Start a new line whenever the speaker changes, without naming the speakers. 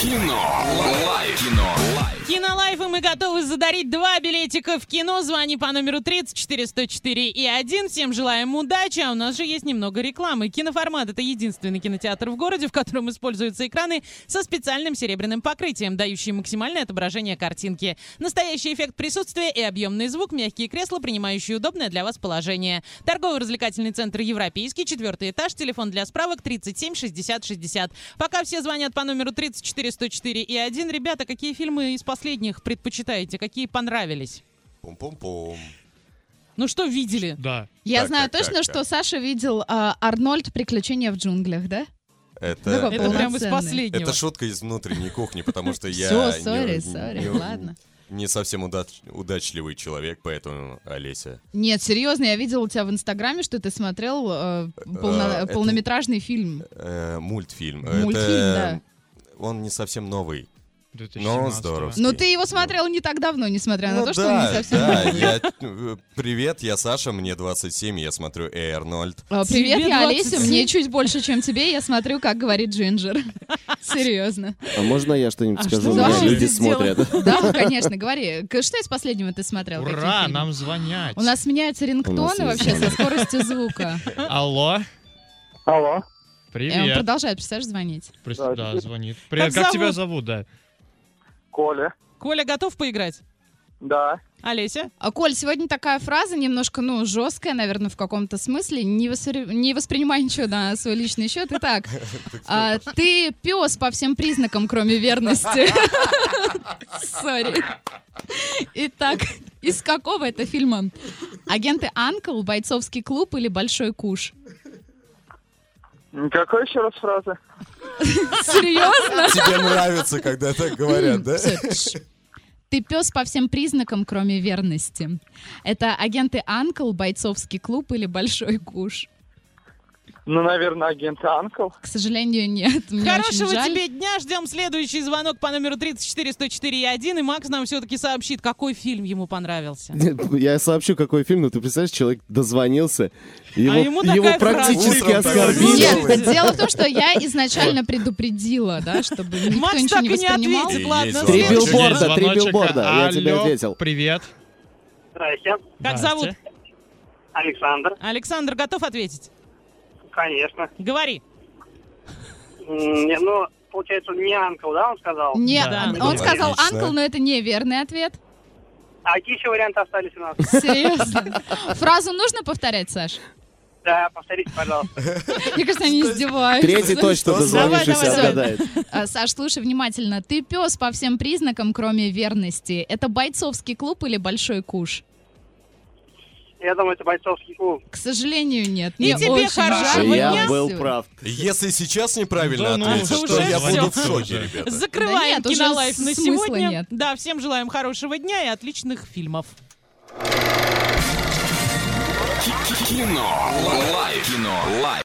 Кино. Лайф. Кино.
Кинолайф, и мы готовы задарить два билетика в кино. Звони по номеру 34104 и 1. Всем желаем удачи, а у нас же есть немного рекламы. Киноформат — это единственный кинотеатр в городе, в котором используются экраны со специальным серебряным покрытием, дающие максимальное отображение картинки. Настоящий эффект присутствия и объемный звук, мягкие кресла, принимающие удобное для вас положение. Торгово-развлекательный центр «Европейский», четвертый этаж, телефон для справок 37 60 60. Пока все звонят по номеру 34 104 и 1. Ребята, какие фильмы из последних предпочитаете? Какие понравились?
Пум-пум-пум.
Ну что видели?
Да.
Я
Так,
знаю
так,
точно,
так,
что
так.
Саша видел а, Арнольд «Приключения в джунглях», да?
Это,
Такой
Это прям из
Полноценный.
последнего.
это шутка из внутренней кухни, потому что я
Всё,
не-
сори,
не-
сори,
не-
ладно.
не совсем удач- удачливый человек, поэтому Олеся.
Нет, серьезно, я видела у тебя в Инстаграме, что ты смотрел э, полно-
Э, это-
полнометражный фильм.
Э, мультфильм.
Мультфильм, да.
это... Он не совсем новый.
2017-го.
здорово.
Но ты его смотрел не так давно, несмотря на
Ну
то, что он
да,
не совсем...
да, я- э, Привет, я Саша, мне 27, я смотрю «Эй, Арнольд.
А, Привет,
Тебе
я
27.
Олеся, мне чуть больше, чем тебе, я смотрю, как говорит Джинджер. Серьезно.
А можно я что-нибудь
А
скажу?
что
Меня
Саша
люди
здесь
смотрят.
Да, конечно, говори. К- Что из последнего ты смотрел? Какие
Ура,
фильмы?
нам звонят.
У нас меняются
У нас
рингтоны
есть
вообще со
звонок.
скоростью звука.
Алло.
Алло.
Э, Он
Привет.
продолжает, представляешь, звонить.
Прис-
Да,
Да,
привет.
звонит. Привет,
Как
как тебя
зовут?
зовут, да?
Коля.
Коля готов поиграть?
Да.
Олеся?
А, Коль, сегодня такая фраза немножко, ну, жесткая, наверное, в каком-то смысле. Не, воспри- не воспринимай ничего на свой личный счет. Итак, а, ты пес по всем признакам, кроме верности. Сори. Итак, из какого это фильма? Агенты Анкл, Бойцовский клуб или Большой Куш?
Какой еще раз фраза?
Серьезно?
Тебе нравится, когда так говорят, да?
Всё, тш. Ты пес по всем признакам, кроме верности. Это агенты Анкл, бойцовский клуб или большой куш?
Ну, наверное, агент Анкл.
К сожалению, нет. Мне
Хорошего
очень жаль.
тебе дня, ждем следующий звонок по номеру 34104.1, и Макс нам все-таки сообщит, какой фильм ему понравился.
Я сообщу, какой фильм, но ты представляешь, человек дозвонился, его,
А ему такая
его
фраза.
практически
Утром такой
оскорбили.
веселый.
Нет, дело в том, что я изначально предупредила, да, чтобы никто
Макс
ничего
так
не
и не
воспринимал.
ответит,
Есть
ладно.
звонок.
Три
следующий.
Есть звоночек. а,
билборда, три билборда, я тебе
Алло,
ответил.
Привет.
Здрасте.
Как
Здрасте.
зовут?
Александр.
Александр готов ответить?
Конечно.
Говори.
М, не, Ну, получается, не Анкл, да, он сказал?
Нет,
Да,
он-
да,
он
да.
сказал
Логично.
Анкл, но это неверный ответ.
А какие еще варианты остались у нас?
Серьезно. Фразу нужно повторять, Саш?
Да, повторите, пожалуйста.
Мне кажется, они издеваются.
Третий точно дозвонившийся
Давай, давай,
отгадает.
А, Саш, слушай внимательно. Ты пес по всем признакам, кроме верности. Это бойцовский клуб или большой куш?
Я думаю, это бойцовский клуб.
К сожалению, нет.
И тебе
очень
хорошего
жаль.
дня.
Я был прав.
Если сейчас неправильно
Да ну,
ответишь,
это
то
уже
я
всё.
буду в шоке, ребята.
Закрываем
Да нет, уже
кинолайф на
смысла
сегодня.
нет.
Да, всем желаем хорошего дня и отличных фильмов.
Кино. Лайф. Кино. Лайф.